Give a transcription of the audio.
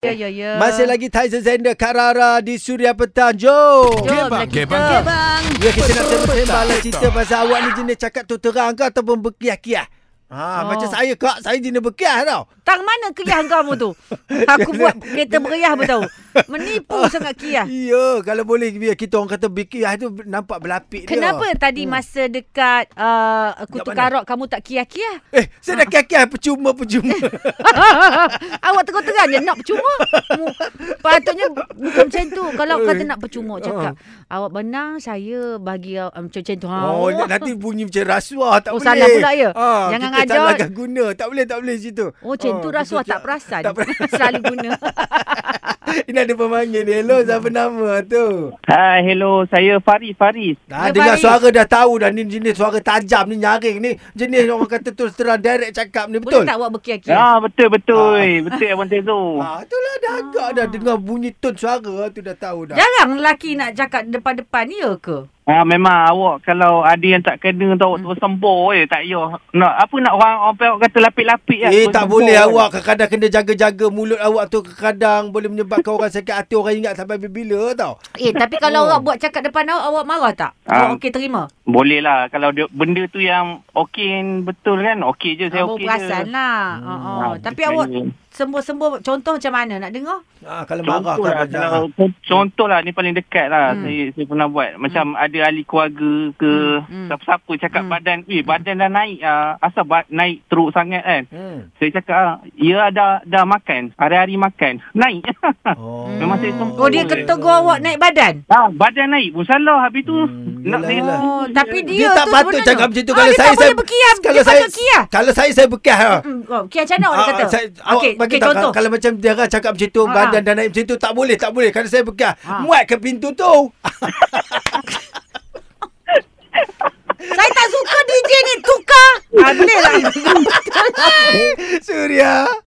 Ya, ya, ya. Masih lagi Tyson Zender Karara di Suria Petang. Jom. Jom, Gebang, lah kita. gebang. Gebang. Ya kita nak sembang lah cerita pasal awak ni jenis cakap tu terang ke ataupun berkiah-kiah. Ha, Oh. macam saya kak, saya jenis berkiah tau. Tang mana keriah kamu tu? Aku buat kereta beriah pun tahu. Menipu sangat kiah. Ya, kalau boleh biar kita orang kata berkiah tu nampak berlapik dia. Kenapa tadi masa dekat uh, Kutu Dekat Hmm. mana? Karok kamu tak kiah-kiah? Eh, saya dah kiah-kiah percuma-percuma. Awak terang-terang je nak percuma. Mu- Patutnya bukan macam tu. Kalau kata nak percuma Ah. cakap. Awak benang saya bagi uh, macam-macam tu. Ha. oh, nanti bunyi macam rasuah. Oh, Tak boleh. salah pula ya? Ha, Jangan kita ngajak. salahkan guna. Tak boleh, tak boleh situ. Ah, Oh, macam tu rasuah tak perasan. Tak perasan. Selalu guna. Ini ada pemanggil ni. Hello, siapa nama tu? Hai, hello. Saya Faris, Faris. Dah Ya, dengar Faris. suara dah tahu dah ni jenis suara tajam ni nyaring ni jenis orang kata terus terang direct cakap ni Boleh betul. tak awak berkiah-kiah? Ya, ah, betul, betul. Ah. Betul, Abang Tezo. Ha itulah dah agak dah Ah. dengar bunyi tone suara tu dah tahu dah. Jarang lelaki nak cakap depan-depan, ya ke? Ah, memang awak kalau ada yang tak kena tu Hmm. awak terus sembur je. Tak payah. Nak, apa nak orang, orang pun awak kata lapik-lapik ya, lah. Eh Terus tak sembur boleh je. awak kadang-kadang kena jaga-jaga mulut awak tu kadang boleh menyebabkan orang sakit hati orang ingat sampai bila tau. Eh, tapi kalau awak buat cakap depan awak, awak marah tak? Ah. Awak okey terima? Boleh lah. Kalau dia, benda tu yang okey kan, betul kan. Okey je, saya Abang okey je. perasan lah. Ha, ha. Ah, Tapi saya- awak sembuh-sembuh contoh macam mana nak dengar? Hmm. Ha kalau marah Contoh lah, kan kalau, kalau contoh lah ni paling dekat lah Hmm. saya, saya pernah buat. Macam ada ahli keluarga ke Hmm, hmm. siapa-siapa cakap Hmm. badan, eh badan dah naik lah. Asal ba- naik teruk sangat kan. Hmm. Saya cakap, ah, ya dah, dah makan. Hari-hari makan. Naik. Oh. Hmm. Memang saya sempur. Oh, dia Boleh. ketegur awak naik badan? ah, badan naik pun salah. Habis tu, Hmm, nak yelah, Ya. saya... yelah. Oh, tapi Dia, dia, tak tu patut sebenarnya- cakap macam tu Ah, kalau dia saya tak boleh berkiah. kalau dia saya patut kiah. kalau saya saya berkiah. Ha. Mm, Oh, kiah macam mana awak Ah, kata? ah, Saya, Okey, okay, awak bagi okey tahu, contoh. Kalau, kalau macam Tiara cakap macam tu, Ah, badan ah. dah naik macam tu, tak boleh, tak boleh. Kalau saya bekas, Ah. muat ke pintu tu. Saya tak suka DJ ni, tukar. Ah, boleh lah. Surya.